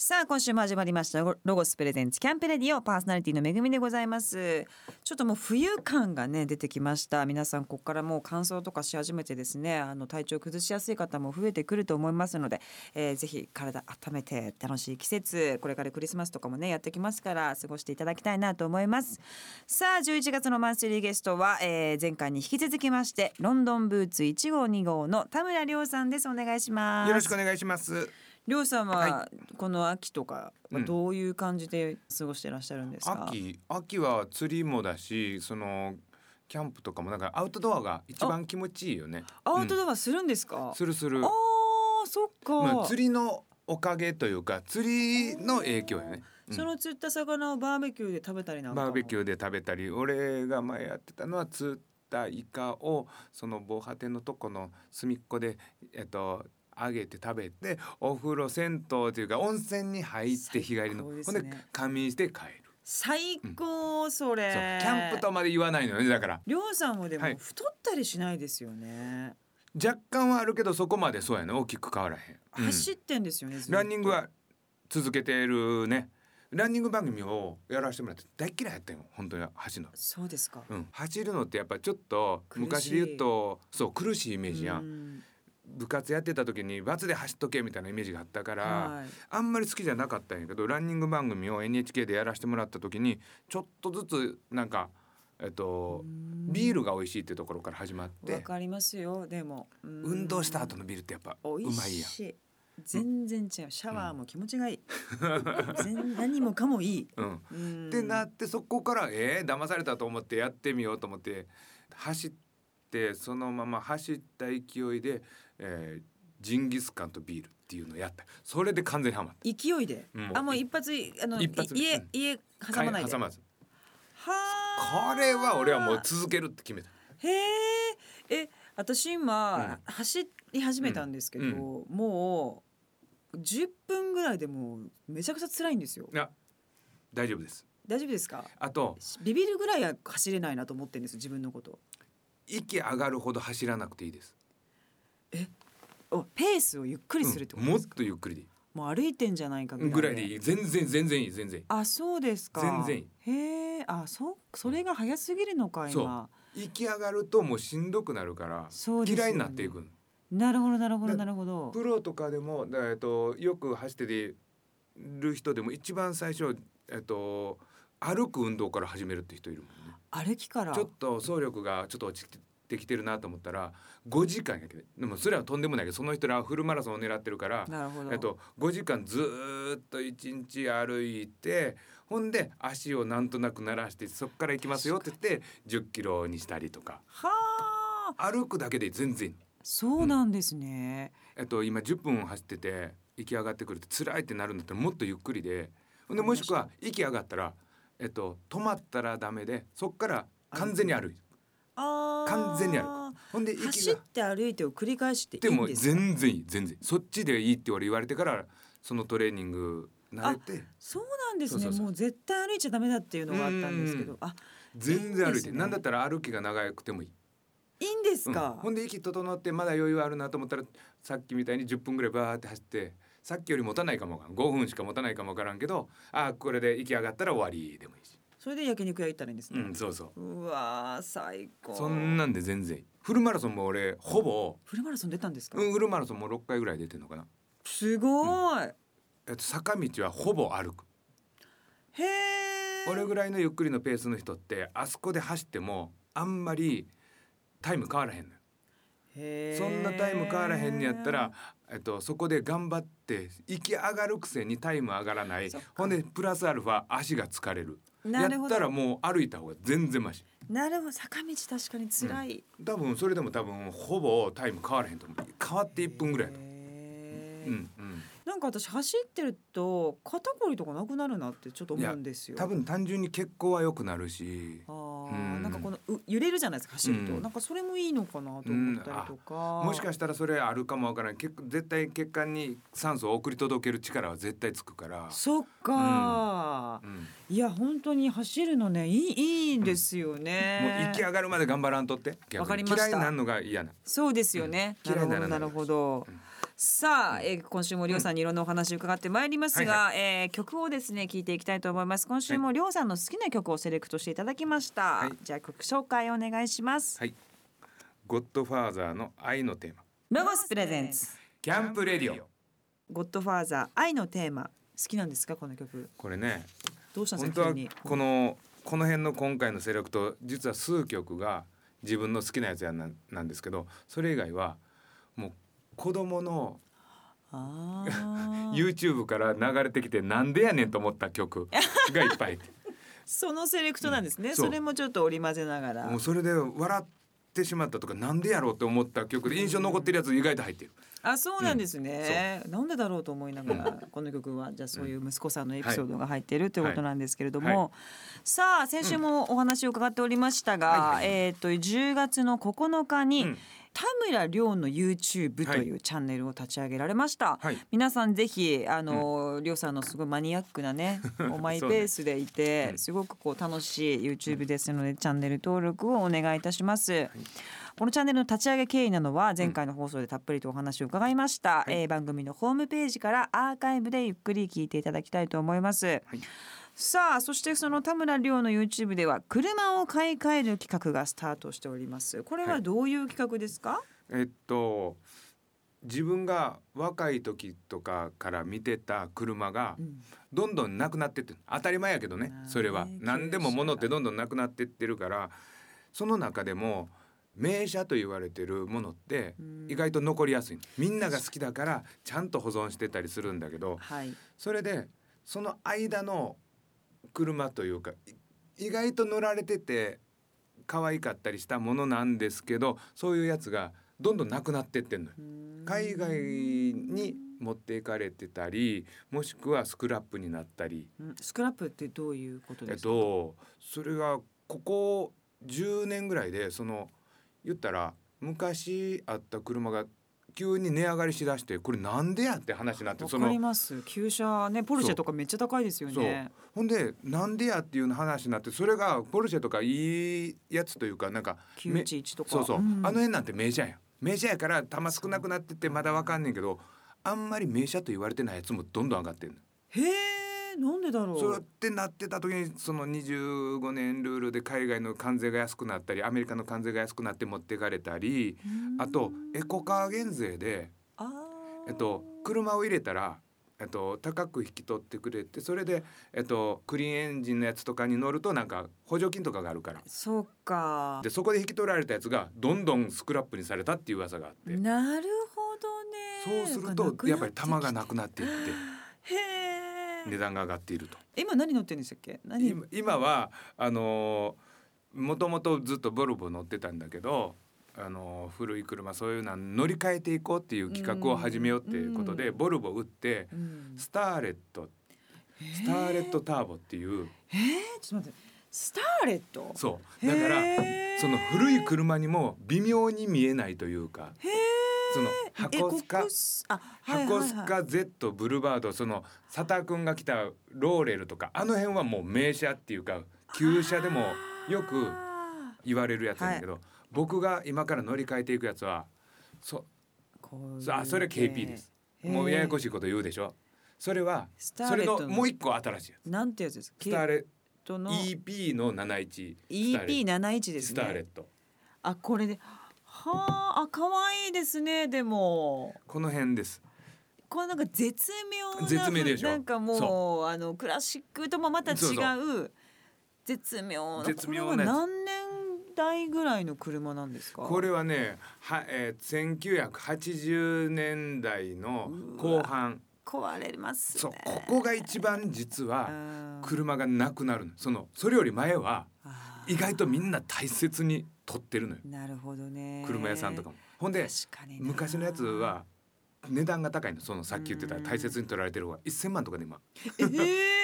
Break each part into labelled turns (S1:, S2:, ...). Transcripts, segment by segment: S1: さあ今週も始まりましたロゴスプレゼンツキャンプレディオパーソナリティのめぐみでございますちょっともう冬感がね出てきました皆さんここからもう乾燥とかし始めてですねあの体調崩しやすい方も増えてくると思いますので、えー、ぜひ体温めて楽しい季節これからクリスマスとかもねやってきますから過ごしていただきたいなと思いますさあ11月のマンスリーゲストは、えー、前回に引き続きましてロンドンブーツ1号2号の田村亮さんですお願いします
S2: よろしくお願いします
S1: りょうさんはこの秋とかはどういう感じで過ごしてらっしゃるんですか、
S2: 秋秋は釣りもだしそのキャンプとかもなんかアウトドアが一番気持ちいいよね
S1: アウトドアするんですか、
S2: うんするする
S1: あーそっか、
S2: まあ、釣りのおかげというか釣りの影響やね、うん
S1: その釣った魚をバーベキューで食べたりなんかも
S2: バーベキューで食べたり俺が前やってたのは釣ったイカをその防波堤のとこの隅っこでえっと揚げて食べてお風呂銭湯というか温泉に入って日帰り
S1: 最
S2: の、
S1: 高で
S2: ほ
S1: す
S2: ん
S1: ね
S2: で仮眠して帰る、
S1: 最高それ、
S2: そうキャンプとまで言わないのよねだから
S1: りょうさんもでも
S2: はい
S1: 太ったりしないですよね、
S2: 若干はあるけどそこまでそうやね大きく変わらへん、うん
S1: 走ってんですよねずっと
S2: ランニングは続けてるねランニング番組をやらせてもらって大っ嫌いやったよ本当に走るの、
S1: そうですか、
S2: うん、走るのってやっぱちょっと
S1: 苦しい
S2: 昔で言うとそう苦しいイメージやん、
S1: ん
S2: 部活やってた時に罰で走っとけみたいなイメージがあったから、
S1: はい
S2: あんまり好きじゃなかったんやけどランニング番組を NHK でやらせてもらった時にちょっとずつなんかえっとビールが美味しいってところから始まっ
S1: わ
S2: て
S1: かりますよでも運
S2: 運動した後のビールってやっぱう
S1: 美味
S2: まいやん
S1: しい全然違うシャワーも気持ちがいい、全 何もかもいい、
S2: うん、
S1: うん
S2: ってなってそこからえー、騙されたと思ってやってみようと思って走ってそのまま走った勢いで、えージンギスカンとビールっていうのをやったそれで完全にハマっ
S1: 勢いで、
S2: うん
S1: あもう一発いあの
S2: 一発
S1: い家、
S2: うん
S1: 家挟
S2: た
S1: まないで
S2: か挟まず
S1: はあ
S2: これは俺はもう続けるって決めた
S1: へええ私今、走り始めたんですけど、
S2: うん
S1: もう10分ぐらいでもうめちゃくちゃ辛いんですよ
S2: いや大丈夫です
S1: 大丈夫ですか
S2: あと
S1: ビビるぐらいは走れないなと思ってるんです自分のこと
S2: 息上がるほど走らなくていいです
S1: おペースをゆっくりするってこと
S2: うん
S1: で
S2: もっ
S1: すか、
S2: とゆっくりでい
S1: もう歩いてんじゃないかぐら
S2: い
S1: い
S2: ぐらいでいい全然全然いい全然い
S1: あそうですか
S2: 全然い
S1: へえあそそれが早すぎるのか今
S2: い息上がるともうしんどくなるから
S1: そうですよね
S2: 嫌いになっていくの
S1: なるほどなるほど
S2: だ
S1: なるほど
S2: プロとかでも、だえっと、よく走ってる人でも一番最初、えっと、歩く運動から始めるって人いるもんね。
S1: 歩きから
S2: ちょっと走力がちょっと落ちてきてるなと思ったら5時間やけどでもそれはとんでもないけどその人らはフルマラソンを狙ってるから、
S1: なるほど
S2: えっと、5時間ずーっと1日歩いてほんで足をなんとなく慣らしてそこから行きますよって言って1 0キロにしたりとか
S1: はあ
S2: 歩くだけで全然いい
S1: そうなんですね、
S2: えっと、今10分走ってて息上がってくるって辛いってなるんだったらもっとゆっくりでほんでもしくは息上がったら、えっと、止まったらダメでそっから完全に歩いて
S1: あー
S2: 完全に歩くほんで息
S1: 走っ
S2: が
S1: て歩いてを繰り返してい
S2: で
S1: いん
S2: も
S1: ですか
S2: 全然いい全然そっちでいいって俺言われてからそのトレーニング慣れて
S1: そうなんですね
S2: そうそうそう
S1: もう絶対歩いちゃダメだっていうのがあったんですけ
S2: う
S1: ど
S2: ん
S1: あい
S2: 全然
S1: いん
S2: 歩
S1: で
S2: い
S1: す
S2: て
S1: ね
S2: なんだったら歩きが長くてもいい。
S1: いいんです
S2: う
S1: か
S2: ん、ほんで息整ってまだ余裕あるなと思ったらさっきみたいに10分ぐらいバーって走ってさっきより持たないかもわからん5分しか持たないかもわからんけどあーこれで息上がったら終わりでもいいし。
S1: それで焼肉屋行ったらいいんです
S2: う
S1: ね、
S2: ん、そうそう
S1: わー最高
S2: う。そんなんで全然いい。フルマラソンも俺ほぼ、
S1: フルマラソン出たんですか、
S2: うん、フルマラソンも6回ぐらい出てんのかな。
S1: すごい、
S2: えっと坂道はほぼ歩く。
S1: へえ
S2: 俺ぐらいのゆっくりのペースの人ってあそこで走ってもあんまりタイム変わらへんのよ。そんなタイム変わらへんにやったら、えっと、そこで頑張って息上がるくせにタイム上がらない
S1: そっか
S2: ほんでプラスアルファ足が疲れる
S1: なる
S2: や
S1: ほ
S2: っ
S1: ど
S2: たらもう歩いた方が全然マシ
S1: なるほど坂道確かに辛い、
S2: 多分それでも多分ほぼタイム変わらへんと思う変わって1分ぐらいやと思
S1: へー
S2: う、うんうん、
S1: なんか私走ってると肩こりとかなくなるなってちょっと思うんですよ
S2: 多分単純に血行は良くなるし
S1: あ
S2: う
S1: ー
S2: ん
S1: なんかこのう揺れるじゃないですか走ると、
S2: うん
S1: なんかそれもいいのかなと思ったりとか、
S2: もしか
S1: し
S2: したらそれあるかもわからない結絶対血管に酸素を送り届ける力は絶対つくから、
S1: そっかー、
S2: うん、も
S1: いや本当に走るのねいいいいんですよね、
S2: う息上がるまで頑張らんとって逆に
S1: わかりました
S2: 嫌いになんのが嫌な
S1: そうですよね、
S2: う
S1: なる
S2: ん
S1: ほど
S2: 嫌いに
S1: な
S2: ならない
S1: るほど、
S2: うん
S1: さあ、えー今週もりょうさんにいろんなお話伺ってまいりますが、えー曲をですね聞いていきたいと思います今週もりょうさんの好きな曲をセレクトしていただきました、
S2: い
S1: じゃあ曲紹介お願いします、
S2: はい。ゴッドファーザーの愛のテーマ。
S1: ロゴスプレゼンツ
S2: キャンプレディオ。
S1: ゴッドファーザー愛のテーマ好きなんですかこの曲
S2: これね、
S1: どうしたんで
S2: 本
S1: す
S2: 当
S1: か急
S2: は
S1: に
S2: このこの辺の今回のセレクト実は数曲が自分の好きなやつやななんですけどそれ以外はもう子供の
S1: あー
S2: YouTube から流れてきてなんでやねんと思った曲がい っぱい
S1: そのセレクトなんですね、
S2: うんそ
S1: そうれもちょっと織り交ぜながら
S2: もうそれで笑ってしまったとかなんでやろうって思った曲で印象に残ってるやつ意外と入ってる
S1: あそうなんですね、なんでだろうと思いながらこの曲はじゃあそういう息子さんのエピソードが入っているということなんですけれども、
S2: はいはい
S1: さあ先週もお話を伺っておりましたが、
S2: はい
S1: えっ、と10月の9日に、
S2: うん
S1: 田村亮の YouTube というチャンネルを立ち上げられました、
S2: はい
S1: 皆さんぜひあの、亮さんのすごいマニアックな ねおマイペースでいて、
S2: うん
S1: すごくこう楽しい YouTube ですので、チャンネル登録をお願いいたします、このチャンネルの立ち上げ経緯なのは前回の放送でたっぷりとお話を伺いました、
S2: はい
S1: えー番組のホームページからアーカイブでゆっくり聞いていただきたいと思います、さあそしてその田村亮の YouTube では車を買い替える企画がスタートしておりますこれはどういう企画ですか、
S2: えっと自分が若い時とかから見てた車が
S1: うん
S2: どんどんなくなってってる当たり前やけどね
S1: まあね
S2: それは
S1: 旧車が
S2: 何でも物ってどんどんなくなってってるからその中でも名車と言われてるものって
S1: うん
S2: 意外と残りやすいみんなが好きだからちゃんと保存してたりするんだけど
S1: はい
S2: それでその間の車というかい意外と乗られてて可愛かったりしたものなんですけどそういうやつがどんどんなくなってってんのよ。海外に持っていかれてたりもしくはスクラップになったり、
S1: うんスクラップってどういうこと
S2: えっ
S1: ですか、
S2: と、それがここ10年ぐらいでその言ったら昔あった車が急に値上がりしだしてこれなんでやって話になってそ
S1: わかり
S2: の
S1: ます旧車ねポルシェとかめっちゃ高いですよね
S2: ほんでなんでやっていう話になってそれがポルシェとかいいやつというかなんかめ
S1: 911とか
S2: そうそう、
S1: ん
S2: あの辺なんて名車やん名車やから玉少なくなっててまだわかんねんけどあんまり名車と言われてないやつもどんどん上がってる
S1: へえなんでだろう
S2: そうやってなってた時にその25年ルールで海外の関税が安くなったりアメリカの関税が安くなって持っていかれたり
S1: うん
S2: あとエコカー減税で、
S1: あー
S2: えっと、車を入れたら、えっと、高く引き取ってくれてそれで、えっと、クリーンエンジンのやつとかに乗るとなんか補助金とかがあるから
S1: そうか
S2: でそこで引き取られたやつがどんどんスクラップにされたっていう噂があって
S1: なるほど
S2: そう
S1: ね
S2: するとやっぱり玉がなく
S1: な
S2: なっていっ
S1: ってき
S2: て
S1: へ
S2: 値
S1: え
S2: 段が上がっていると。
S1: 今何乗ってるんでしたっけ何
S2: 今今はあのー、もともとずっとボルボ乗ってたんだけど、あのー古い車そういうのは乗り換えていこうっていう企画を始めようっていうことで、
S1: うん
S2: ボルボ売って
S1: うん
S2: スターレットスターレットターボっていう
S1: えーえーちょっと待ってスターレット
S2: そうだから
S1: へー
S2: その古い車にも微妙に見えないというか
S1: へえ
S2: その箱スカ
S1: エコプスあ、はいはいは
S2: 箱
S1: い
S2: スカ Z ブルーバードその佐田君が来たローレルとかあの辺はもう名車っていうか旧車でもよく
S1: あ
S2: 言われるやつなんだけど、僕が今から乗り換えていくやつはそ
S1: ーこういう
S2: そあそれ KP です、
S1: へー
S2: もうややこしいこと言うでしょそれは
S1: スター
S2: そ
S1: レ
S2: れ
S1: ット
S2: のもう一個新しいや
S1: なんてやつですか
S2: つスター
S1: レッ
S2: レ
S1: トの
S2: EP の71
S1: EP
S2: の
S1: 七一です
S2: ス
S1: ね
S2: ターレット
S1: あこれではああ可愛いですねでも
S2: この辺です
S1: このなんか絶妙な
S2: 絶妙でしょ
S1: なんかもうあのクラシックともまた違う
S2: そう
S1: 絶妙な
S2: 絶妙な
S1: これ
S2: やつ
S1: は何年代ぐらいの車なんですか
S2: これはねは、えー、1980年代の後半
S1: 壊れますね
S2: そうここが一番実は
S1: あー
S2: 車がなくなるのそのそれより前は
S1: あー
S2: 意外とみんな大切に取ってるのよ
S1: なるほどね
S2: 車屋さんとか
S1: も
S2: も。ほんで
S1: 確かにな
S2: 昔のやつは値段が高いのそのさっき言ってた大切に取られてる方が1,000万とかで今
S1: え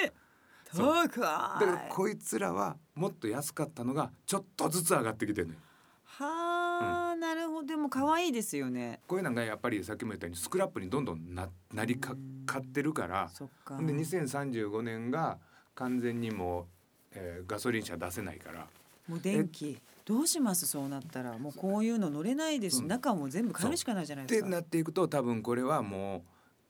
S1: え
S2: そ
S1: ー、高
S2: だ
S1: い
S2: からこいつらはもっと安かったのがちょっとずつ上がってきてるのよ
S1: はあ、なるほどでも可愛いですよね
S2: こういうのがやっぱりさっきも言ったようにスクラップにどんどんななりか
S1: うん
S2: かってるから
S1: そっか
S2: ほんで2035年が完全にもう、えーガソリン車出せないから
S1: もう電気どうしますそうなったらもうこういうの乗れないですし、
S2: うん
S1: 中も全部変えるしかないじゃない
S2: っ
S1: で
S2: て
S1: すか。
S2: なっていくと多分これはもう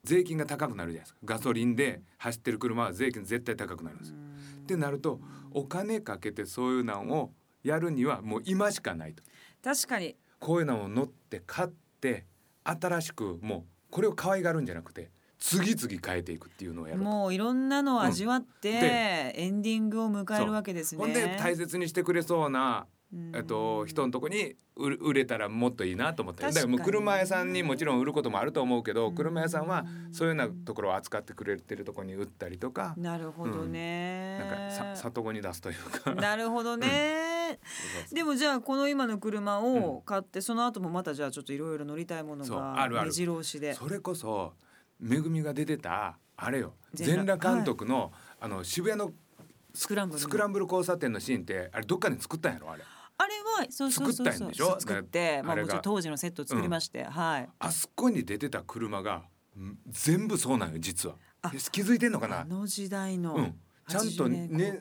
S2: 税金が高くなるじゃないですかガソリンで走ってる車は税金絶対高くなるんですよ。
S1: うん
S2: ってなるとお金かけてそういうのをやるにはもう今しかないと。
S1: 確かに
S2: こういうのを乗って買って新しくもうこれを可愛がるんじゃなくて次々変えていくっていうのをやると。
S1: もういろんなのを味わって、エンディングを迎えるわけですね。
S2: ほんで大切にしてくれそうな、
S1: うん
S2: えっと、人のとこに売れ売れたらもっといいなと思ってだからもう
S1: 確かに
S2: 車屋さんにもちろん売ることもあると思うけど
S1: うん
S2: 車屋さんはそういうようなところを扱ってくれてるところに売ったりとか
S1: なるほどね。
S2: なんかさ 里子に出すというか。
S1: なるほどね。 でもじゃあこの今の車を買って、その後もまたじゃあちょっといろいろ乗りたいもの
S2: そう
S1: が
S2: あるある
S1: 目白押しで。
S2: それこそめぐみが出てたあれよ
S1: 全
S2: 全
S1: 裸
S2: 裸監督の,、あの渋谷の
S1: スクランブルの
S2: スクランブル交差点のシーンってあれどっかで作ったんやろあれ
S1: あれはそうそうそう
S2: 作った
S1: そ
S2: ん
S1: う
S2: でしょ
S1: 作って、まあ
S2: あれ
S1: もち
S2: が
S1: ろん当時のセットを作りまして、はい。
S2: あそこに出てた車がん全部そうなんよ実は
S1: あ
S2: え気づいてんのか
S1: あ
S2: な
S1: の時代の、
S2: うんちゃんと
S1: 80
S2: ね
S1: 年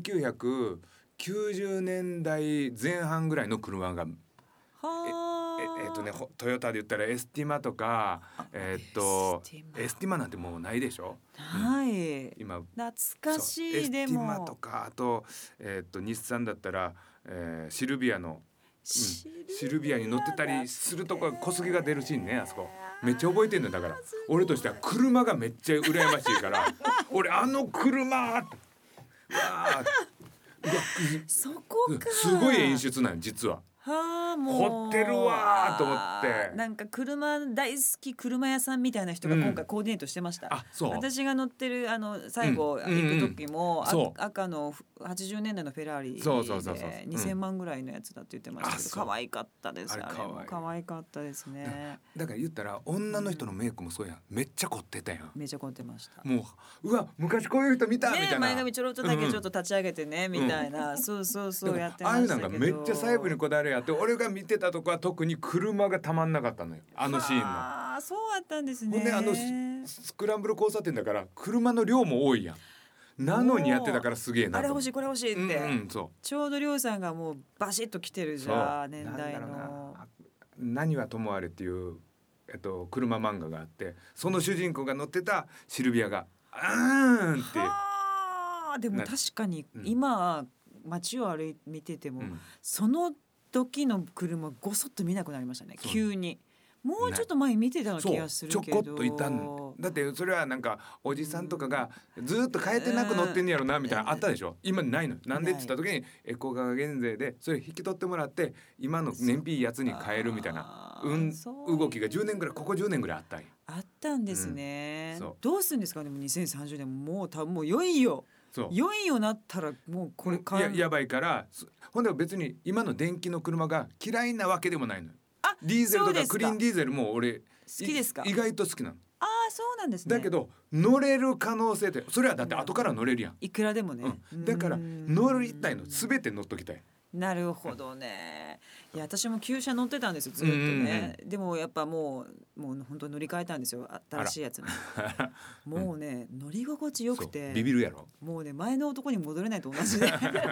S1: 後期
S2: 1990年代前半ぐらいの車が
S1: は
S2: え
S1: あ。
S2: えっとねほトヨタで言ったらエスティマとかえっと
S1: エスティマ
S2: エスティマなんてもうないでしょ
S1: はい。
S2: 今
S1: 懐かし
S2: そうエ
S1: い
S2: ステ
S1: で
S2: ィマと
S1: も。
S2: かあと,、えー、と日産だったら、えーシルビアの
S1: シ
S2: シルビアに乗ってたりするとこ小杉が出るシーンねあそこめっちゃ覚えてんのだから俺としては車がめっちゃ羨ましいから 俺あの車うわー
S1: そこか。
S2: すごい演。出なんよ実は。
S1: はあもう
S2: 凝ってるわーと思って
S1: なんか車大好き車屋さんみたいな人が
S2: うん
S1: 今回コーディネートしてました、
S2: あそう
S1: 私が乗ってるあの最後
S2: うん
S1: 行く時も、
S2: うんうんそう
S1: あ赤の80年代のフェラーリで
S2: そうそうそうそう
S1: 2000万ぐらいのやつだって言ってましたけど、
S2: うんあそう
S1: 可愛かったですあ
S2: あ
S1: れ
S2: れ
S1: も
S2: 可
S1: 可愛かったですね
S2: だから言ったら女の人のメイクもそうやんめっちゃ凝ってたやん
S1: めちゃ凝ってました
S2: もううわ昔こういう人見たみ
S1: ね
S2: たいな
S1: 前髪ちょろっとだけちょっと立ち上げてね、みたいなそうそうそうやってましたけど
S2: ああいうのがめっちゃ細部にこだわりあって俺が見てたとこは特に車がたまんなかったのよあのシーンの。
S1: ああそうだったんですね
S2: ほんであのスクランブル交差点だから車の量も多いやん。なのにやってたからすげえな
S1: あれ
S2: と
S1: 欲
S2: 思う
S1: しいこれ欲しいって、
S2: うん、うん、そう
S1: ちょうどりょうさんがもうバシッと来てるじ
S2: そう
S1: ゃあ年代
S2: なんだろ
S1: の
S2: うな何はともあれっていう、えっと、車漫画があってその主人公が乗ってたシルビアが「あーん」って、
S1: はあでも
S2: な
S1: 確かに
S2: うん
S1: 今街を歩い見てても、
S2: うん
S1: その時の車ごそっと見なくなりましたね
S2: そう
S1: 急にもうちょっと前見てたような
S2: そ
S1: 気
S2: う
S1: がす
S2: ち
S1: る
S2: ょ
S1: けど
S2: こっといたんだってそれはなんかおじさんとかがずーっと変えてなく乗ってんやろなみたいなのあったでしょ今ないのなんでって言った時にえ高価減税でそれ引き取ってもらって今の燃費いいやつに変えるみたいな
S1: あー
S2: うん
S1: そういう
S2: 動きが10年ぐらいここ10年ぐらいあったんや
S1: あったんですね、
S2: うんそう
S1: どうするんですかねもう2030年もうたもうよいよ
S2: そう
S1: よいよなったらもうこれか
S2: ややばいからすほんで別に今の電気の車が嫌いなわけでもないのよ
S1: あ
S2: ディーゼ
S1: そ
S2: ルと
S1: うで
S2: か
S1: すか
S2: クリーンディーゼルも俺好
S1: 好きですか
S2: 意外と好きなの
S1: ああそうなんですね
S2: だけど乗れる可能性ってそれはだって後から乗れるやん
S1: いくらでもね、
S2: うん、だから
S1: うん
S2: 乗りたいのすべて乗っときたい。
S1: なるほどね。いや私も旧車乗ってたんですよずっ
S2: うん
S1: と
S2: うんうん
S1: ね。でもやっぱもうもう本当に乗り換えたんですよ新しいやつに。もうね乗り心地よく
S2: そう
S1: て
S2: ビビるやろ。
S1: もうね前の男に戻れないと同じで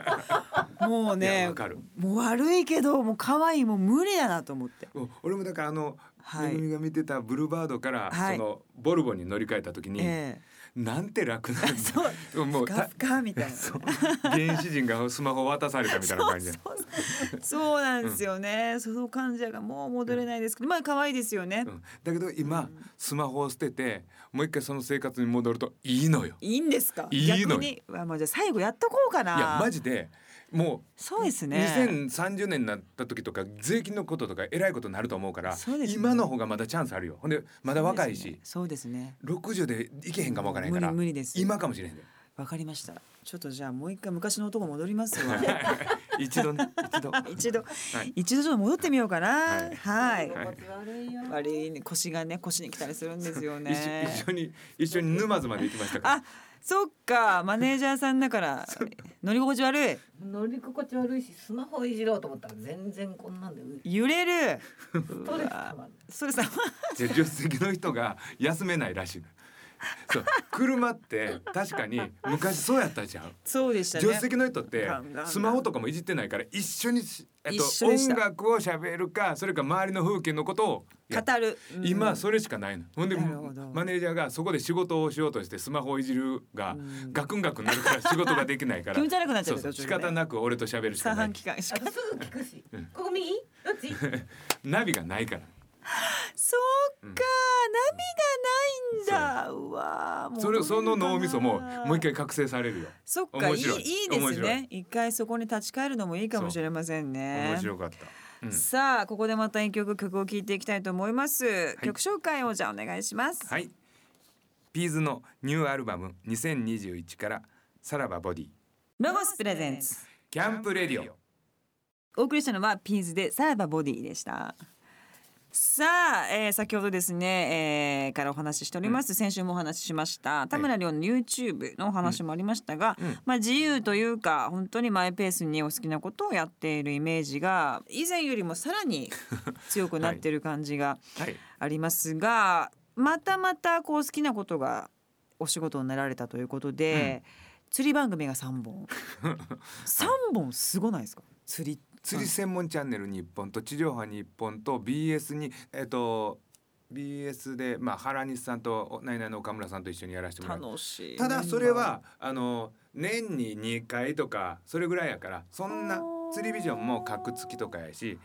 S1: もう
S2: いや
S1: ね
S2: わかる
S1: もう悪いけどもう可愛いもう無理だなと思って。
S2: うん俺もだからあの、
S1: はい
S2: めぐみが見てたブルーバードから、
S1: はい
S2: そのボルボに乗り換えた時に、
S1: え
S2: なんて楽なん だ
S1: そう
S2: も
S1: え、ふ
S2: う
S1: か
S2: た
S1: ふかみたいな。
S2: そう原始人がスマホ渡されたみたいな感じで
S1: そうそうそうなんですよね、その感じがもう戻れないですけどまあ可愛いですよね、
S2: うん、だけど今、スマホを捨ててもう一回その生活に戻るといいのよ。
S1: いいんですか
S2: いいのよ
S1: 逆にあもうじゃあ最後やっとこうかない
S2: やマジでもう
S1: そうですね。
S2: 2030年になった時とか税金のこととかえらいことになると思うから
S1: そうですね
S2: 今の方がまだチャンスあるよほんでまだ若いし、
S1: そうですね。
S2: 60でいけへんかもわからへんから
S1: 無理無理です
S2: 今かもしれへ んで
S1: わかりました。ちょっとじゃあもう一回昔の男戻りますわ。
S2: 一度ね一度
S1: 一度、
S2: い
S1: 一度ちょっと戻ってみようかな。
S2: い
S1: はい。
S2: はい
S3: 悪いよ。
S1: 悪いね腰がね腰に来たりするんですよ
S2: 一緒
S1: ね
S2: 一。緒に一緒に沼津まで行きましたから
S1: あ、そっかマネージャーさんだ から乗り心地悪
S3: 乗り心地悪いし、スマホいじろうと思ったら全然こんなんで
S1: い揺れる。
S3: ストレスたまんない。
S1: それさ
S2: じゃあ助手席の人が休めないらしいのそう車って確かに昔そうやったじゃん
S1: そうでしたね
S2: 助手席の人って
S1: ガンガンガン
S2: スマホとかもいじってないから一緒にし、えっ
S1: 一
S2: と、
S1: 緒でし
S2: 音
S1: た
S2: 楽を喋るかそれか周りの風景のことをやっ
S1: 語る、うん
S2: 今それしかないの、ほんで
S1: なるほど
S2: マネージャーがそこで仕事をしようとしてスマホをいじるが、
S1: うん
S2: ガクンガクンなるから仕事ができないから
S1: 気持ち悪くなっちゃう
S2: そうそう
S1: 途
S2: 仕
S1: 中でね
S2: 方なく俺と喋るしか
S1: 三
S2: ない
S1: 半期間
S3: あとすぐ聞くしここ右どっ ち
S2: ナビがないから
S1: そうか、
S2: うん
S1: 波がないんだうわーもう
S2: それその脳みそも
S1: どうなのかな
S2: もう一回覚醒されるよ
S1: そっかい
S2: 面
S1: いい
S2: 白い
S1: いですね一回そこに立ち返るのもいいかもしれませんね
S2: 面白かった、うん
S1: さあここでまた一曲曲を聴いていきたいと思います、
S2: い
S1: 曲紹介をじゃあお願いします、
S2: はい。ピーズのニューアルバム2021からさらばボディ
S1: ロゴスプレゼンツ
S2: キャンプレディオ。
S1: お送りしたのはピーズでさらばボディでしたさあ、えー先ほどですね、えーからお話ししております、先週もお話ししました田村亮の YouTube のお話もありましたが、
S2: うんうん
S1: まあ、自由というか本当にマイペースにお好きなことをやっているイメージが以前よりもさらに強くなっている感じが
S2: はい。
S1: ありますが、またまたこう好きなことがお仕事になられたということで、釣り番組が3本 3本すごないですか釣り
S2: 釣り専門チャンネル日本と地上波日本と BS にえっと BS でまあ原西さんとナイナイの岡村さんと一緒にやらせてもらう。
S1: 楽しい
S2: ただそれはあの年に2回とかそれぐらいやからそん
S1: あ
S2: な
S1: ー
S2: 釣りビジョンも格付きとかやし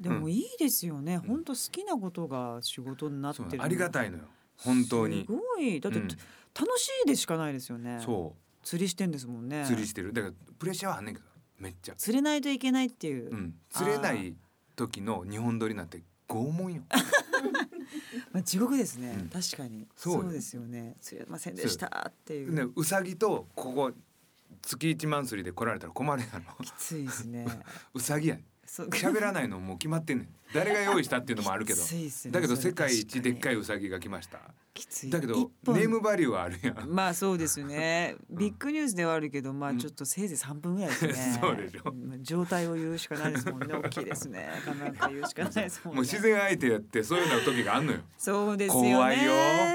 S1: でもいいですよね、本当好きなことが仕事になって
S2: そう
S1: る
S2: ありがたいのよ本当に
S1: す。ごいだって、
S2: うん
S1: 楽しいでしかないですよね
S2: そ
S1: 釣りしてんですもんね
S2: う釣りしてるだからプレッシャーはあんねんけどめっちゃ。
S1: 釣れないといけないっていう、
S2: うん、釣れない時の日本撮りなんて拷問よ。
S1: まあ、地獄ですね、
S2: うん
S1: 確かに
S2: そうよ
S1: ですよね釣れませんでしたっていう
S2: ね、うさぎとここ月一マンスリーで来られたら困るやろ。
S1: きついですね
S2: うさぎやね
S1: そうん
S2: 喋らないのもう決まってんねん。誰が用意したっていうのも あるけど
S1: き。ついすね
S2: だけど
S1: それ
S2: 世界一でっ
S1: 確
S2: か
S1: か
S2: いウサギが来ました。
S1: にきつい
S2: だけど
S1: 一本
S2: ネームバリューはあるや ん。
S1: まあそうですね。ビッグニュースではあるけど、まあ
S2: うん。
S1: ちょっとせいぜい三分ぐらいですね
S2: そうでしょ
S1: ん状態を言うしかないですもんね。大きいですね。なんか言うしかないですもん
S2: もう
S1: ね。
S2: 自然相手やってそういうような時があんのよ。
S1: そうですよね。
S2: 怖い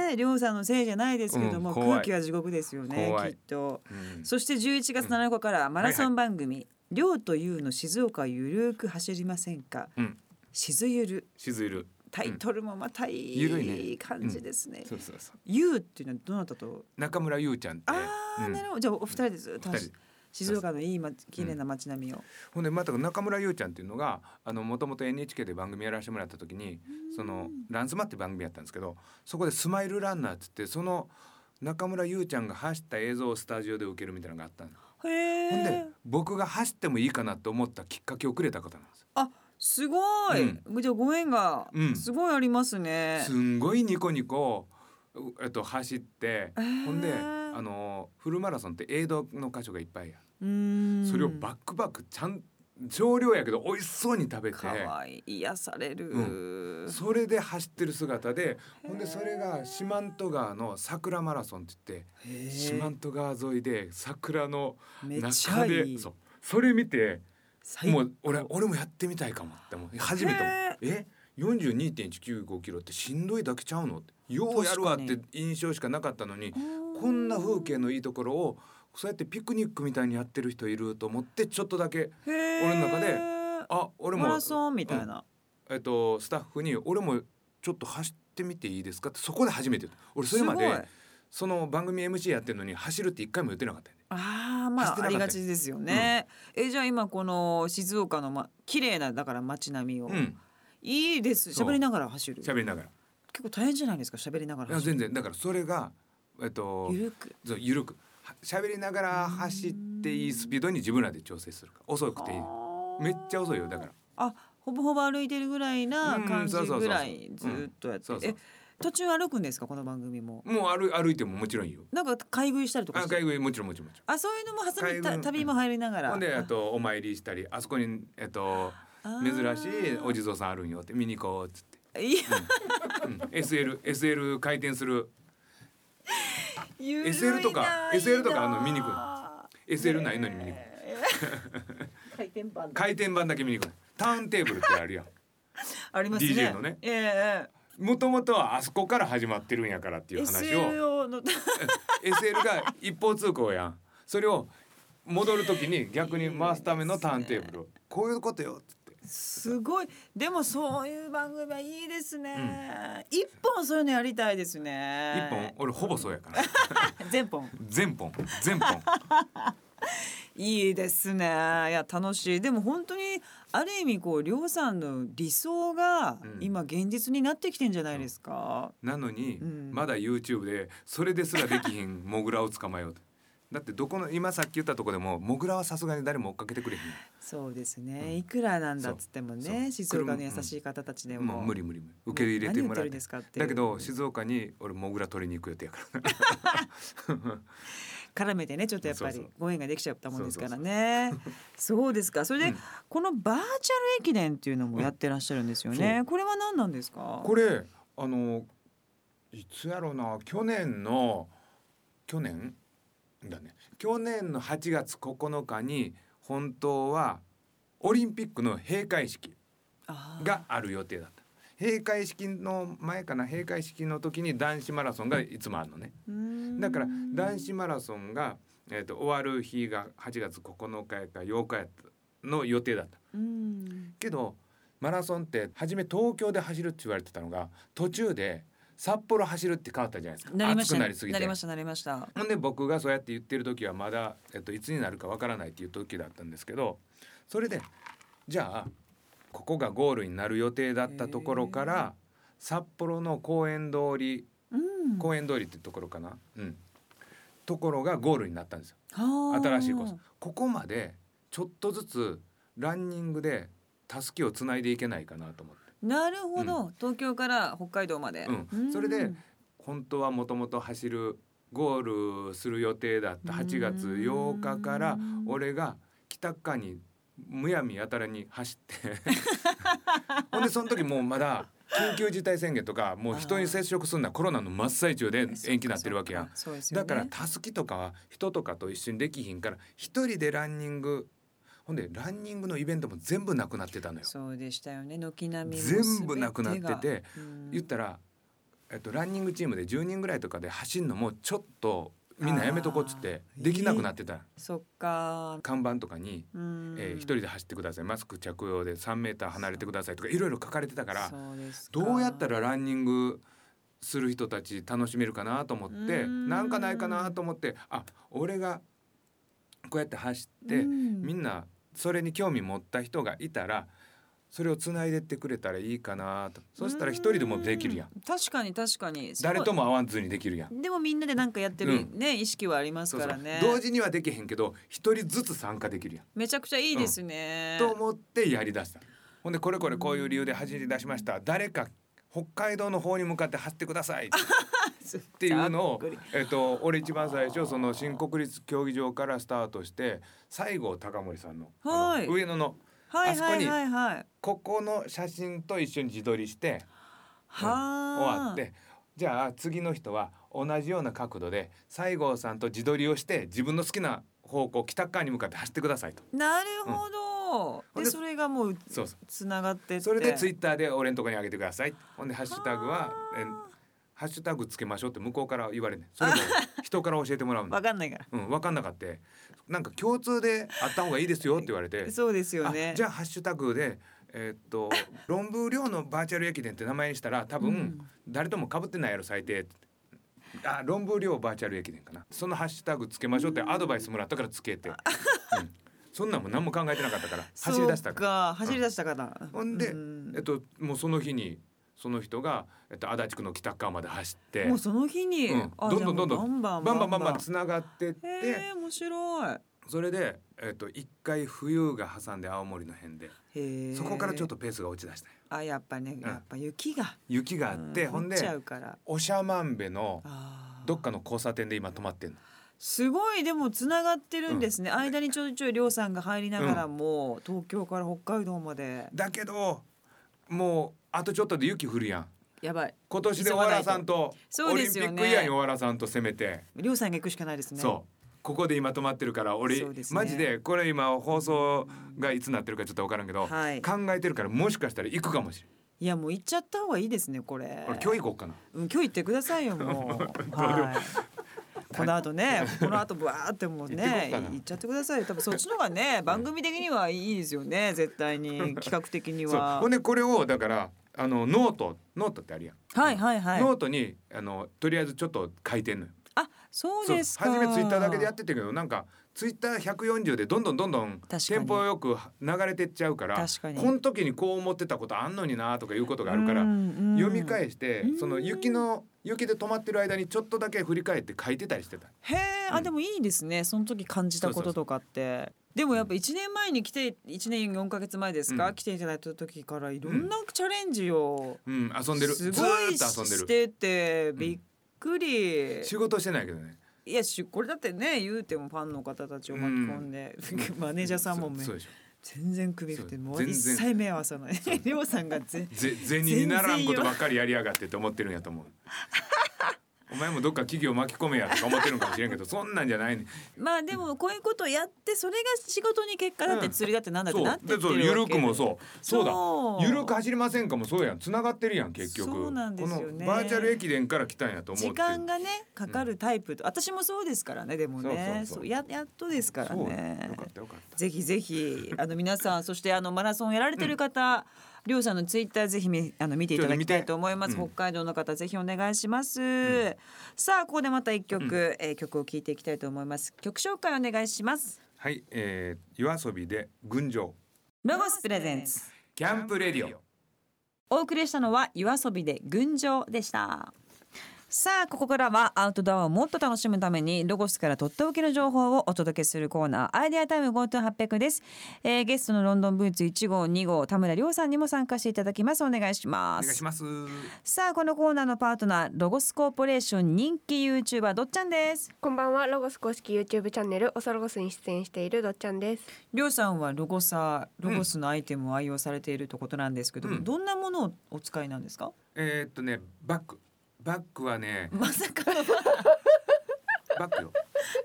S2: よ
S1: りょうさんのせいじゃないですけども、
S2: うん怖い
S1: 空気は地獄ですよね。
S2: 怖
S1: き
S2: い
S1: っと。
S2: うん
S1: そして11月7日からマラソン番組「りょうというの静岡ゆるーく走りませんか」
S2: うん
S1: しずゆる
S2: しずいる。
S1: タイトルもまたい
S2: ゆるいね
S1: い感じですね。
S2: そうそうそう。
S1: ゆうっていうのはどなたと
S2: 中村優ちゃんって。
S1: ああ、
S2: うん
S1: なるほど。じゃあお二人でずっと走
S2: 二
S1: る静岡のいい、ま、綺麗な街並みを。
S2: ほんでまた中村優ちゃんっていうのがあのもともと NHK で番組やらせてもらった時にその「ランスマ」って番組やったんですけどそこで「スマイルランナー」っつってその中村優ちゃんが走った映像をスタジオで受けるみたいなのがあったの
S1: へ
S2: ほんで
S1: え。
S2: 僕が走ってもいいかなと思ったきっかけをくれた方なんですよ
S1: あ、すごい。じゃあご縁が
S2: うん
S1: すごいありますね。
S2: すんごいニコニコ、うえっと、走って
S1: へー
S2: ほんであのフルマラソンって映像の箇所がいっぱいや
S1: うーん。
S2: それをバックバックちゃん少量やけど美味しそうに食べて
S1: かわいい癒される。
S2: それで走ってる姿でほんでそれが四万十川の桜マラソンって言っ
S1: へー
S2: て四万十川沿いで桜の
S1: めっちゃ
S2: 中
S1: いい
S2: で。そうそれ見て
S1: 最
S2: もう俺俺もやってみたいかもって思う初めて思うえ42.195キロってしんどいだけちゃうのってようやるわっ
S1: 確
S2: て印象しかなかったのに
S1: うん
S2: こんな風景のいいところをそうやってピクニックみたいにやってる人いると思ってちょっとだけ
S1: へー
S2: 俺の中であ俺も
S1: マラソンみたいな。
S2: えっと、スタッフに「俺もちょっと走ってみていいですか?」ってそこで初めて俺それます
S1: ごい
S2: でその番組 MC やってるのに走るって一回も言ってなかったよね
S1: ああま
S2: 走っ
S1: あ
S2: て
S1: あ
S2: な
S1: り
S2: かった
S1: が
S2: よ
S1: ちですよね。えじゃあ今この静岡のま綺麗なだから街並みを、
S2: うん
S1: いいです
S2: そう
S1: 喋りながら走る。
S2: 喋りながらい
S1: 結構大変じゃないですか喋りながら
S2: や
S1: 走る
S2: 全然だからそれがえっと
S1: ゆるく
S2: そう緩くは喋りながら走っていいスピードに自分らで調整するから遅くていいめっちゃ遅いよだから
S1: あほぼほぼ歩いてるぐらいな
S2: うん
S1: 感じ
S2: そうそうそうそう
S1: ぐらいずっとやって
S2: そうそう
S1: え途中歩くんですかこの番組も
S2: もう歩い歩いてももちろんいいよ
S1: なんか買い食いしたりとか
S2: あ
S1: し
S2: 海
S1: て
S2: 外もちろんもちろんもちろん
S1: あそういうのも挟み
S2: 買い
S1: た
S2: 食い
S1: 旅も入りながら
S2: ほんであとお参りしたりあそこにえっと
S1: あ
S2: 珍
S1: ー
S2: しいお地蔵さんあるんよって見に行こうっつって。
S1: いや
S2: うん SL SL 回転する
S1: ゆるいな
S2: SL とか
S1: いいな
S2: SL とかあの見に行く SL ないのに見に行く
S3: 回転盤
S2: 回転盤だけ見に行くターンテーブルってあるやん
S1: ありますね
S2: DJ のね
S1: ええええ
S2: もともとはあそこから始まってるんやからっていう話を
S1: SL をの
S2: SL が一方通行やんそれを戻る時に逆に回すためのターンテーブルこういうことよっつって
S1: すごいでもそういう番組はいいですね、一本そういうのやりたいです
S2: 一
S1: ね
S2: 本俺ほぼそうやから
S1: 本全本
S2: 全本全本
S1: いいですねいや楽しいでも本当にある意味こうりょうさんの理想が
S2: うん
S1: 今現実になってきてんじゃないですか、
S2: なのに、
S1: うん
S2: まだ YouTube でそれですらできひんモグラを捕まえようとだってどこの今さっき言ったとこでもモグラはさすがに誰も追っかけてくれへん
S1: そうですね、
S2: うん
S1: いくらなんだっつっても
S2: そうそ
S1: ね
S2: う
S1: 静岡の優しい方たちでも
S2: もう無理無理無理受け入れてもら
S1: 何言ってる
S2: って
S1: んですかっていう
S2: だけど静岡に俺モグラ取りに行く予定やから
S1: 絡めてねちょっとやっぱ
S2: そう
S1: り
S2: そう
S1: ご縁ができちゃったもんですからねそうですかそれで、
S2: うん
S1: このバーチャル駅伝っていうのもやってらっしゃるんですよね、
S2: う
S1: これは何なんですか
S2: これあのいつやろうな去年の去年だね去年の8月9日に本当はオリンピックの閉会式
S1: あー
S2: がある予定だった閉会式の前かな閉会式の時に男子マラソンがいつもあるのね
S1: うーん
S2: だから男子マラソンが、えー、と終わる日が8月9日やか8日やったの予定だった
S1: うん
S2: けどマラソンって初め東京で走るって言われてたのが途中で札幌走るって変わったじゃないですか
S1: なりまし
S2: 暑
S1: た
S2: くなりすぎ
S1: な
S2: て
S1: りましたなりました
S2: ほんで僕がそうやって言ってる時はまだ、えっと、いつになるかわからないっていう時だったんですけどそれでじゃあここがゴールになる予定だったところから札幌の公園通り
S1: うん
S2: 公園通りってところかな、うん、ところがゴールになったんですよ
S1: はー
S2: 新しいコース。ここまでちょっとずつランニングでたすきをつないでいけないかなと思って。
S1: なるほど、東京から北海道まで、
S2: うん
S1: ー
S2: それで本当はもともと走るゴールする予定だった8月8日から
S1: うん
S2: 俺が北側にむやみやたらに走って ほんでその時もうまだ緊急事態宣言とかもう人に接触するのはコロナの真っ最中で延期になってるわけやん。
S1: そうですよ
S2: だ
S1: ね
S2: からたすきとかは人とかと一緒にできひんから一人でランニングほんでランニングのイベントも全部なくなってたのよ。
S1: そうでしたよね軒並みも
S2: 全部なくなっ
S1: 全
S2: て
S1: が
S2: て言ったら、えっと、ランニングチームで10人ぐらいとかで走るのもちょっとみんなやめとこうっつって
S1: あー
S2: できなくなってた、
S1: そっか
S2: 看板とかに、
S1: うん
S2: えー一人で走ってくださいマスク着用で3メーター離れてくださいとかいろいろ書かれてたから
S1: そうですか
S2: どうやったらランニングする人たち楽しめるかなと思って
S1: うん
S2: なんかないかなと思ってあ俺がこうやって走って
S1: うん
S2: みんなそれに興味持った人がいたらそれをつないでってくれたらいいかなとそしたら一人でもできるやん
S1: う確かに確かに
S2: 誰と
S1: も
S2: も会わずにできるやん。
S1: でもみんなでなんかやって
S2: う
S1: る
S2: ん
S1: ね、意識はあります
S2: そう
S1: か
S2: そ
S1: ら
S2: う
S1: ね
S2: 同時にはできへんけど一人ずつ参加できるやん、
S1: めちゃくちゃいいですね、
S2: と思ってやりだしたほんでこれこれこういう理由で走り出しました誰か北海道の方に向かって走ってくださいっていうのを
S1: ざっくり、
S2: えっと、俺一番最初その新国立競技場からスタートして西郷隆盛さんのあ
S1: はい
S2: の上野の
S1: はいはい
S2: あそこに
S1: はいはい
S2: ここの写真と一緒に自撮りして
S1: は
S2: 終わってじゃあ次の人は同じような角度で西郷さんと自撮りをして自分の好きな方向北側に向かって走ってくださいと。
S1: なるほど、
S2: うん
S1: で
S2: で
S1: それがもう
S2: そうそう
S1: つながってって
S2: それでツイッターで俺のとこにあげてください。ほんでハッシュタグは
S1: あー
S2: えハッシュタグつけましょうって向こうから言われんねん。それも 人から教えてもらうの
S1: わ。かんないから
S2: うん、わかんなかって、なんか共通であった方がいいですよって言われて。
S1: そうですよね
S2: あじゃあハッシュタグで、えーっと論文量のバーチャル駅伝って名前にしたら多分誰とも被ってないやろ最低。あ論文量バーチャル駅伝かなそのハッシュタグつけましょうってアドバイスもらったからつけて、うん、そんなんも何も考えてなかったから走り出し
S1: そ
S2: た
S1: う
S2: から
S1: か走り出した方、
S2: ほんで、
S1: う
S2: えっと、もうその日にその人が、えっと、足立区の北側まで走って、
S1: もうその日に、
S2: うん
S1: あ
S2: どんどんどんど
S1: じゃあも
S2: ん
S1: う
S2: バ
S1: バ
S2: ン
S1: ンバ
S2: バン
S1: ンバ
S2: バ
S1: ン
S2: ンバ
S1: バン
S2: ンつながってって
S1: へえ面白い
S2: それで、えっと、一回冬が挟んで青森の辺で
S1: へえ
S2: そこからちょっとペースが落ちだしたよ
S1: あやっぱねやっぱ雪が、
S2: 雪があって、
S1: うん
S2: ほん
S1: 降っちゃ
S2: で
S1: うから
S2: 長万部の
S1: あー
S2: どっかの交差点で今止まってんの
S1: すごいでもつながってるんですね、間にちょいちょい亮さんが入りながらも、東京から北海道まで
S2: だけどもうあとちょっとで雪降るやん
S1: やばい
S2: 今年で小原さんと
S1: 急が
S2: オ
S1: ないとそうです
S2: リンピ
S1: よね
S2: ック以外に小原さんと攻めて。
S1: 亮さんが行くしかないですね
S2: そうここで今止まってるから俺、
S1: そうですね
S2: マジでこれ今放送がいつなってるかちょっと分からんけど、
S1: はい
S2: 考えてるからもしかしたら行くかもしれん
S1: いやもう行っちゃった方がいいですねこれ。
S2: これ今日行こうかな
S1: うん今日行ってくださいよもう。 はい。この後ね、この後ぶわーってもうね、
S2: 行ってこっかな
S1: 行っちゃってくださいよ。多分そっちの方がね、番組的にはいいですよね、絶対 に企画的に
S2: そう
S1: は
S2: ほん。でこれをだからあのノートノートってあるやん、
S1: はいはいはい。
S2: ノートにあのとりあえずちょっと書いてんのよ
S1: あ、そう
S2: そう
S1: ですか。
S2: 初めツイッターだけでやってたけどなんかツイッター140でどんどんどんどん
S1: かに
S2: テンポよく流れてっちゃうから
S1: 確かに
S2: この時にこう思ってたことあんのになとかいうことがあるから、
S1: 読
S2: 読み返して
S1: うん
S2: その雪の雪で止まってる間にちょっとだけ振り返って書いてたりしてた
S1: へえ、
S2: う
S1: あ
S2: ん
S1: でもいいですねその時感じたこととかってでもやっぱ1年前に来て1年4か月前ですか、
S2: うん
S1: 来ていただいた時からいろんなチャレンジを
S2: うん遊んでるず
S1: す
S2: ー
S1: ごい
S2: っと遊んで
S1: し
S2: る
S1: ててびっくり、
S2: 仕事してないけどね
S1: いやしこれだってね言うてもファンの方たちを巻き込んで、マネージャーさんもめ
S2: そうそうでしょ
S1: 全然首振って
S2: そう
S1: もう
S2: 全然
S1: 一切目合わさないりょうさんがぜ
S2: ぜ銭にならんことばっかりやりやがってって思ってるんや と思うお前もどっか企業巻き込めやとか思ってるんかもしれんけどそんなんじゃないね
S1: まあでもこういうことをやってそれが仕事に結果だって
S2: うん
S1: 釣りだってなんだって
S2: そう
S1: なってって
S2: でそう
S1: るわ
S2: 緩
S1: け
S2: くもそうそうだ
S1: そう
S2: 緩く走りませんかもそうやんつながってるやん結局
S1: そうなんですよね
S2: このバーチャル駅伝から来たんやと思って
S1: 時間がねかかるタイプと、私もそうですからねでもね
S2: そうそうそう
S1: そうややっとですから
S2: そうよ
S1: ね
S2: かったよかった
S1: ぜひぜひあの皆さんそしてあのマラソンやられてる方、りょうさんのツイッターぜひみあの見ていただきたいと思います、
S2: ちょっと見てうん
S1: 北海道の方ぜひお願いします、さあここでまた一曲、えー曲を聴いていきたいと思います曲紹介お願いします
S2: はい、えー、夜遊びで群青
S1: ロゴスプレゼンツ
S2: キャンプレディオ
S1: お送りしたのは夜遊びで群青でしたさあここからはアウトドアをもっと楽しむためにロゴスからとっておきの情報をお届けするコーナーアイデアタイム GoTo800 です、えーゲストのロンドンブーツ1号2号田村亮さんにも参加していただきますお願いし
S2: お
S1: ま
S2: 願い
S1: す
S2: します
S1: さあこのコーナーのパートナーロゴスコーポレーション人気 YouTuber どっちゃんです
S4: こんばんはロゴス公式 YouTube チャンネルおそロゴスに出演しているどっちゃんです
S1: 亮さんはロゴサロゴスのアイテムを愛用されているということなんですけど、
S2: うん
S1: どんなものをお使いなんですか
S2: えー、っとねバックバックはね
S1: まさか
S2: バッ クよ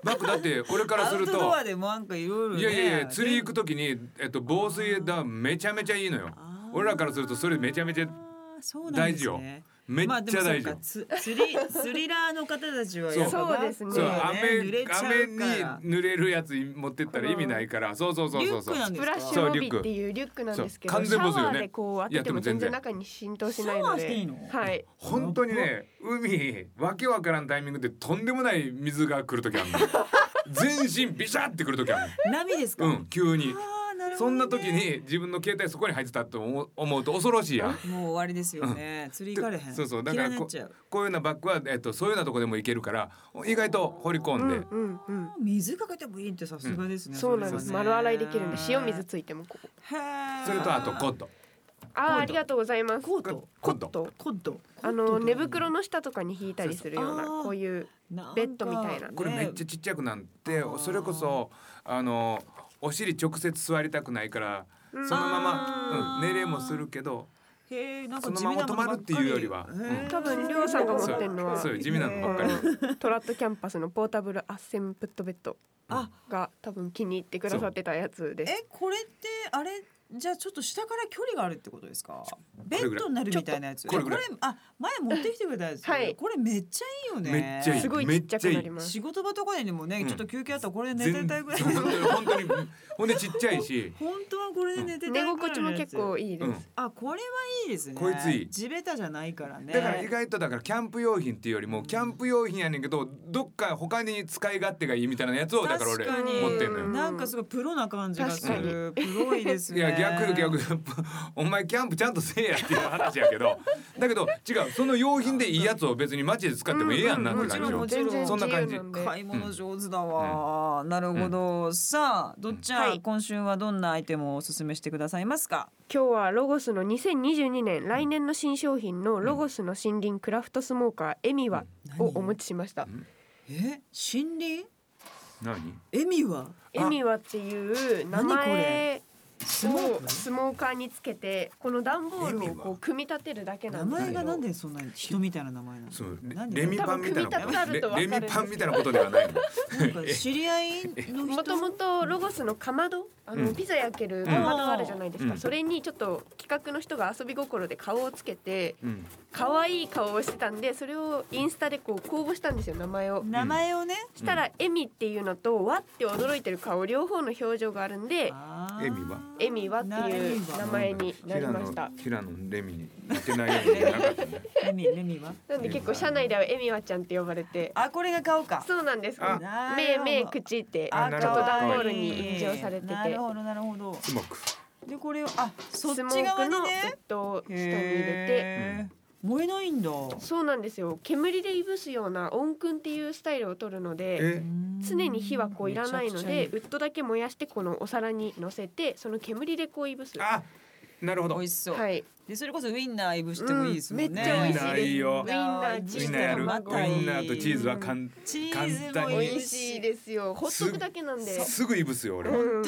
S2: バックだって俺から
S1: ア
S2: す
S1: ウ
S2: る
S1: ト
S2: と
S1: ドアでもなんかいろいろね
S2: いやいやいや釣り行くときに、えっと、防水だめちゃめちゃいいのよ
S1: あー
S2: 俺らからするとそれめちゃめちゃ
S1: そうなんですね
S2: めっ
S1: まあで
S2: ち
S1: も
S2: ゃ
S1: そう
S2: 大事
S1: か
S2: よ、
S1: つ釣 り釣りラーの方たちはやっぱ
S4: そうですね
S2: そう
S4: ま
S1: バッグ
S2: 雨
S1: ね、濡れちゃう
S2: 雨に
S1: から
S2: 濡れるやつ持ってったら意味ないからそうそうそうそうそう
S1: リュックなん
S4: ス
S1: で
S4: プラッシュモビっていうリュックなんですけど
S2: そう完全防水よね
S4: シャワーでこう当てても全然中に浸透しないの
S1: シャワーしていい
S4: で
S1: の
S4: はい
S2: 本当にね海わけわからんタイミングでとんでもない水が来る時あ るの全身ビシャってくる時ある
S1: 波ですか、
S2: のうん急に
S1: あーなるほどね
S2: そんな時に自分の携帯そこに入ってたと思う思うと恐ろしいやん
S1: もう終わりですよね、釣り行かれへん
S2: そうそうだか
S1: 嫌
S2: ら
S1: いにな
S2: こ
S1: っちゃう
S2: こういうようなバッグは、えっと、そういうようなとこでもいけるから意外と掘り込んで、
S4: うんうんうん
S1: 水かけてもいいってさすがですね、
S4: そうなんです
S1: れはね
S4: 丸洗いできるんで塩水ついてもこう
S1: へー
S2: それとあとコット
S4: あーありがとうございます
S1: コート
S2: コット
S4: と
S1: コット
S4: あの寝袋の下とかに引いたりするような
S1: そうそうあー
S4: こういう
S1: の
S4: ベッドみたいな
S2: これめっちゃちっちゃくなって
S1: あー
S2: それこそあのお尻直接座りたくないからそ
S4: うん
S2: のまま、
S1: あ
S2: う
S1: ー
S2: ん、寝れもするけど
S1: へーなんか
S2: その
S1: 地味なのばっかり
S2: まま止まるっていうよりはうん
S1: へー
S4: 多分りょうさんが持ってんのは
S2: そういう地味なのばっかり
S4: このトラットキャンパスのポータブルアッセンプットベッド
S1: あ
S4: が多分気に入ってくださってたやつです
S1: えこれってあれじゃあちょっと下から距離があるってことですかベ
S2: れぐ
S1: ッ
S2: らい
S1: ドになるみたいなやつ
S2: ちょっとこれぐらい
S1: えあ前持ってきてくれたやつ、
S4: はい
S1: これめっちゃいいよね
S2: めっちゃい
S4: すごいちっちゃくなります
S1: 仕事場とかでもね、
S2: うん
S1: ちょっと休憩あったらこれで寝て
S2: 全
S1: たいぐらい
S2: そう本当に本当にほんでちっちゃいし、
S1: 本当はこれで寝てたいぐ
S4: 寝
S1: らいの
S4: 心地も結構
S1: い
S4: いいで
S2: う
S4: す
S2: ん、
S1: あこれはいいですね
S2: こいついい
S1: 地べたじゃないからね
S2: だから意外とだからキャンプ用品っていうよりもキャンプ用品やねんけどどっか他に使い勝手がいいみたいなやつをだから俺
S1: 確かに
S2: 持ってんのよ。
S1: なんかすごいプロな感じがするプロいです
S2: い
S1: ね
S2: や逆逆 お前キャンプちゃんとせえやっていう話やけどだけど違うその用品でいいやつを別に街で使ってもええやんなって感じ
S1: うんうん
S2: よ
S1: もちろんもちろん
S2: そんな感じ
S4: 全然自由なん
S1: 買
S4: で
S1: い物上手だわ、なるほど、さあどっちゃん、
S4: はい
S1: 今週はどんなアイテムをおすすめしてくださいますか
S4: 今日はロゴスの2022年来年の新商品のロゴスの森林クラフトスモーカーエミワをお持ちしました
S2: ん
S1: え森林
S2: 何
S1: エミは
S4: エミワっていう名
S1: 何こ
S4: 前
S1: れスモー
S4: を
S1: ク
S4: スモーカーにつけてこの段ボールをこう組み立てるだけな
S1: 名
S4: んですけど
S1: 前がなんでそんな人みたいな名前なの
S2: そうレ
S1: なん
S2: レミ
S1: なん
S2: パンみたいな
S4: 多分組み立てあるとわか
S2: レ
S4: るん
S2: レ
S4: ですけど
S2: ミパンみたいなことではないの。
S1: か知り合いの
S4: もと
S1: 人
S4: もとロゴスのかまどあの、
S2: うん
S4: ピザ焼けるかまどあるじゃないですか、
S2: うん
S4: それにちょっと企画の人が遊び心で顔をつけて
S2: うん、
S4: 可愛い顔をしてたんでそれをインスタでこう公募したんですよ名前を。
S1: 名前をね
S4: したら「エミ」っていうのと「わ」って驚いてる顔両方の表情があるんで
S1: あー
S2: エミは
S4: 「エミは」っていう名前になりました。
S2: 平野レミに似てないようになかったね。
S1: レミレミは
S4: なんで結構社内では「エミはちゃん」って呼ばれて
S1: あこれが顔か
S4: そうなんです
S2: あ
S1: なる
S4: 目
S1: ほど
S4: 目口って
S2: あ
S4: ちょっと
S2: なる
S4: 段
S2: ほ
S4: ボ
S2: ど
S4: ールに一応されてて
S1: なるほどなるほど
S2: スモーク。
S1: でこれをあそっ
S4: スモ
S1: ち
S4: ー
S1: 側
S4: ク
S1: に
S4: の
S1: ね
S4: 夫を下に入れて。
S1: へー燃えないんだ
S4: そうなんですよ煙でいぶすような音訓っていうスタイルを取るので
S2: え、
S4: 常に火はこういらないの
S1: めちゃ
S4: で
S1: くち
S4: ウッドだけ燃やしてこのお皿に乗せてその煙でこういぶすは
S2: あ、なるほ
S1: ゃいい
S2: ど
S1: 美味。しそう
S4: い
S1: でそれこそウインナーいぶしてもいいですもんね
S4: うんめっちゃ美味しいです
S2: いいよ
S4: ウインナーチ
S2: ウイ
S4: ー
S2: ン
S4: ズ
S2: ナーやる。ウイン
S4: ま
S2: ナ
S4: たいい
S2: ーとチーズは簡
S1: チーズ
S2: 簡
S1: も
S2: 単
S4: 美
S2: に
S4: 味しいですよほっとくだけなんで、
S2: すぐいぶすよ俺
S4: う
S2: は。
S4: ん、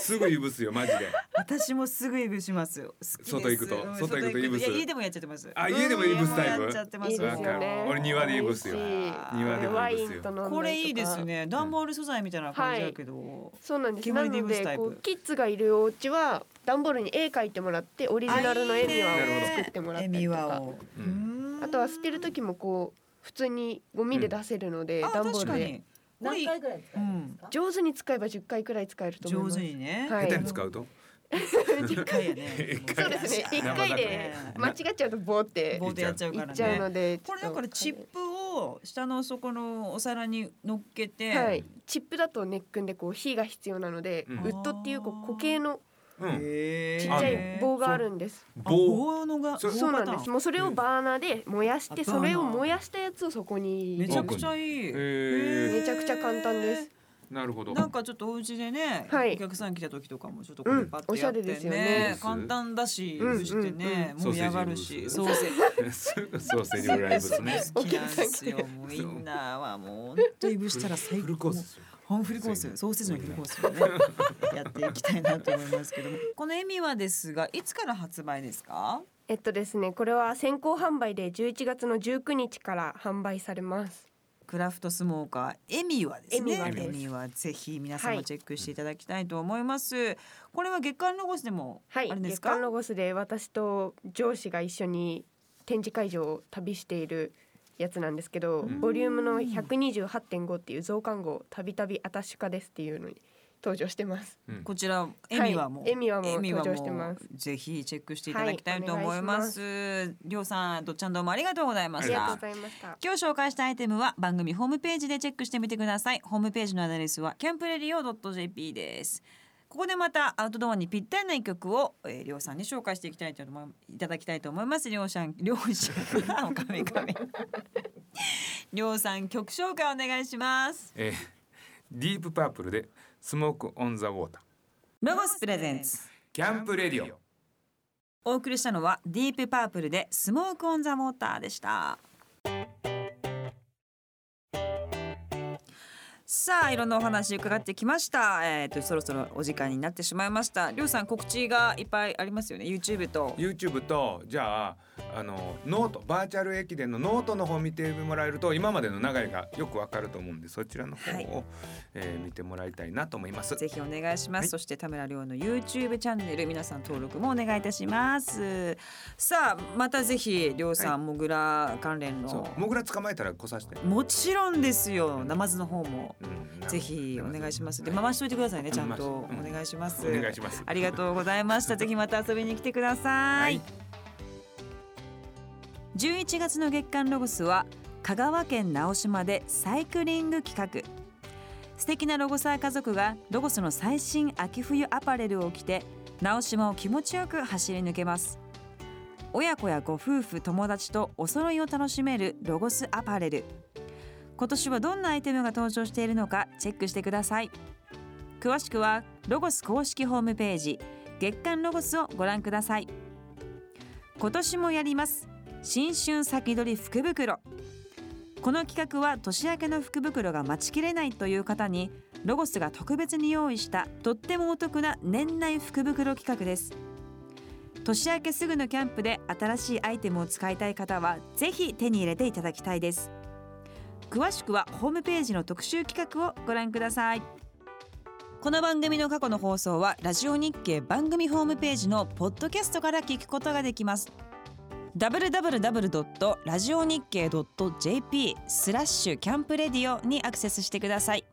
S2: すぐいぶすよマジで。
S1: 私もすぐイブしますよ好きです
S2: 外行くと
S1: うん
S2: 外行くとイブす
S1: いや家でもやっちゃってます
S2: あ家でもいぶすタイ
S1: うん家もや
S2: プ
S1: っちゃってま
S4: いい
S1: す
S4: ですよね
S2: わかる俺庭でいぶすよ
S4: 美味しい
S2: 庭でも
S4: ワ
S2: い
S4: イ
S2: ぶ
S4: ン
S2: す
S4: と飲ん
S2: よ
S4: だりとか
S1: これいいですね段ボール素材みたいな感じだけど、
S4: そうなんですな
S1: 煙でい
S4: の
S1: ぶすタ
S4: で
S1: イプ
S4: こうキッズがいるお家は段ボールに絵描いてもらってオリジナルのエミワ
S2: あいいね
S4: を作ってもらった
S1: エ
S4: り
S1: ミ
S4: と
S1: ワ
S4: か
S1: を、
S2: う
S4: あとは捨てる時もこう普通にゴミで出せるので、
S1: あ
S4: 段ボ
S1: 確
S4: ー
S1: か
S4: ルで
S1: にこれ
S3: 何回ぐらい使えるんですか。
S4: 上手に使えば10回くらい使えると思い
S1: 上
S4: ます
S1: 手にね、
S4: は
S2: 下
S4: い
S2: 手に使うと。
S1: 一回やね
S2: 一
S4: そ
S2: 回
S4: うですね
S2: い
S4: 一回で間違っちゃうとボーって
S1: ボートやっちゃう
S4: い
S1: から
S4: っちゃう
S1: ね
S4: ので
S1: これだからチップを下のそこのお皿に乗っけて、
S4: はいチップだとネックンでこう火が必要なので、
S2: うん
S4: ウッドっていうこう固形の
S2: うん。
S1: へー
S4: ちっちゃい棒があるんです、
S1: あ
S2: 棒。
S1: 棒のが
S2: そ
S1: 棒
S4: そうな
S1: パ
S4: ん
S1: タ
S4: で
S1: ー
S4: す
S1: ン
S4: もうそれをバーナーで燃やして
S1: あバーナー
S4: それを燃やしたやつをそこに
S1: め
S4: 入
S1: ち
S4: れ
S1: ゃ
S4: る
S1: くちゃいい、
S2: え
S4: めちゃくちゃ簡単です
S2: なるほど。
S1: なんかちょっとお家でね、
S4: はい
S1: お客さん来た時とかもちょっとこれパッ
S4: うんお
S1: と
S4: し
S1: や
S4: ゃ
S1: って
S4: れ
S1: ね,、
S4: ですよね
S1: 簡単だし、
S4: うん
S1: そしてね、
S2: うんうん
S1: 盛り上がるし、
S2: ソ
S1: ソーセージ
S2: すぐソーセージぐらいぶすね。
S1: 好きなんですよ。もうインナーはもう本当いぶしたら最
S2: フルコ
S1: 高
S2: ース。ですよ
S1: ホンフルコース、ソーセージのフルコース をね、やっていきたいなと思いますけども、このエミはですが、いつから発売ですか？
S4: えっとですねこれは先行販売で11月の19日から販売されます
S1: クラフトスモーカーエミはですね
S4: エミワ
S2: です
S1: エミはぜひ皆
S4: は
S1: 様
S4: い
S1: チェックしていただきたいと思います、これは月刊ロゴスでもあ
S4: はい
S1: るんです
S4: 月
S1: か、
S4: 刊ロゴスで私と上司が一緒に展示会場を旅しているやつなんですけど、
S2: うん
S4: ボリュームの128.5っていう増刊号「たびたびあたしかです」っていうのに登場してます。
S2: うん
S1: こちらエミはもう、
S4: エミはもう
S1: エミはもう
S4: 登場してます
S1: ぜひチェックしていただきたいと思います,、
S4: は
S1: りょうさんどっちゃんどうもありがとうございま
S4: あ
S1: し
S4: りがとう
S1: た
S4: ございました。
S1: 今日紹介したアイテムは番組ホームページでチェックしてみてくださいホームページのアドレスはキャンプレディオ .jp ですここでまたアウトドアにぴったりな一曲を、えー、りょうさんに紹介していきたいと思いいただきたいと思いますりょうさんりょうさんおかみかみりょうさん曲紹介お願いします
S2: えーディープパープルでスモークオンザウォーター。
S1: ロゴスプレゼンツ
S2: キャンプレディオ。
S1: お送りしたのはディープパープルでスモークオンザモーターでしたさあいろんなお話伺ってきましたえっ、とそろそろお時間になってしまいましたりょうさん告知がいっぱいありますよね YouTube と
S2: YouTube とじゃああのノートバーチャル駅伝のノートの方見てもらえると今までの流れがよくわかると思うんでそちらの方を、
S1: はい
S2: えー見てもらいたいなと思います。
S1: ぜひお願いします、
S2: はい
S1: そして田村亮の YouTube チャンネル皆さん登録もお願いいたしますさあまたぜひ亮さん、モグラ関連
S2: そ
S1: の
S2: うモグラ捕まえたら来させて。
S1: もちろんですよナマズの方も
S2: うん
S1: ぜひお願いします。で、
S2: はい
S1: 回しといてくださいね、ちゃんと。お
S2: うん
S1: 願いします。
S2: お願いします。
S1: ありがとうございま した。ぜひまた遊びに来てください。11月の月間ロゴスは香川県直島でサイクリング企画。素敵なロゴサー家族がロゴスの最新秋冬アパレルを着て直島を気持ちよく走り抜けます。親子やご夫婦友達とお揃いを楽しめるロゴスアパレル今年はどんなアイテムが登場しているのかチェックしてください詳しくはロゴス公式ホームページ月刊ロゴスをご覧ください今年もやります新春先取り福袋この企画は年明けの福袋が待ちきれないという方にロゴスが特別に用意したとってもお得な年内福袋企画です年明けすぐのキャンプで新しいアイテムを使いたい方はぜひ手に入れていただきたいです詳しくはホームページの特集企画をご覧くださいこの番組の過去の放送はラジオ日経番組ホームページのポッドキャストから聞くことができます www.radionickei.jp スラッシュキャンプレディオにアクセスしてください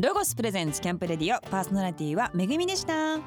S1: ロゴスプレゼンツキャンプレディオパーソナリティはめぐみでした。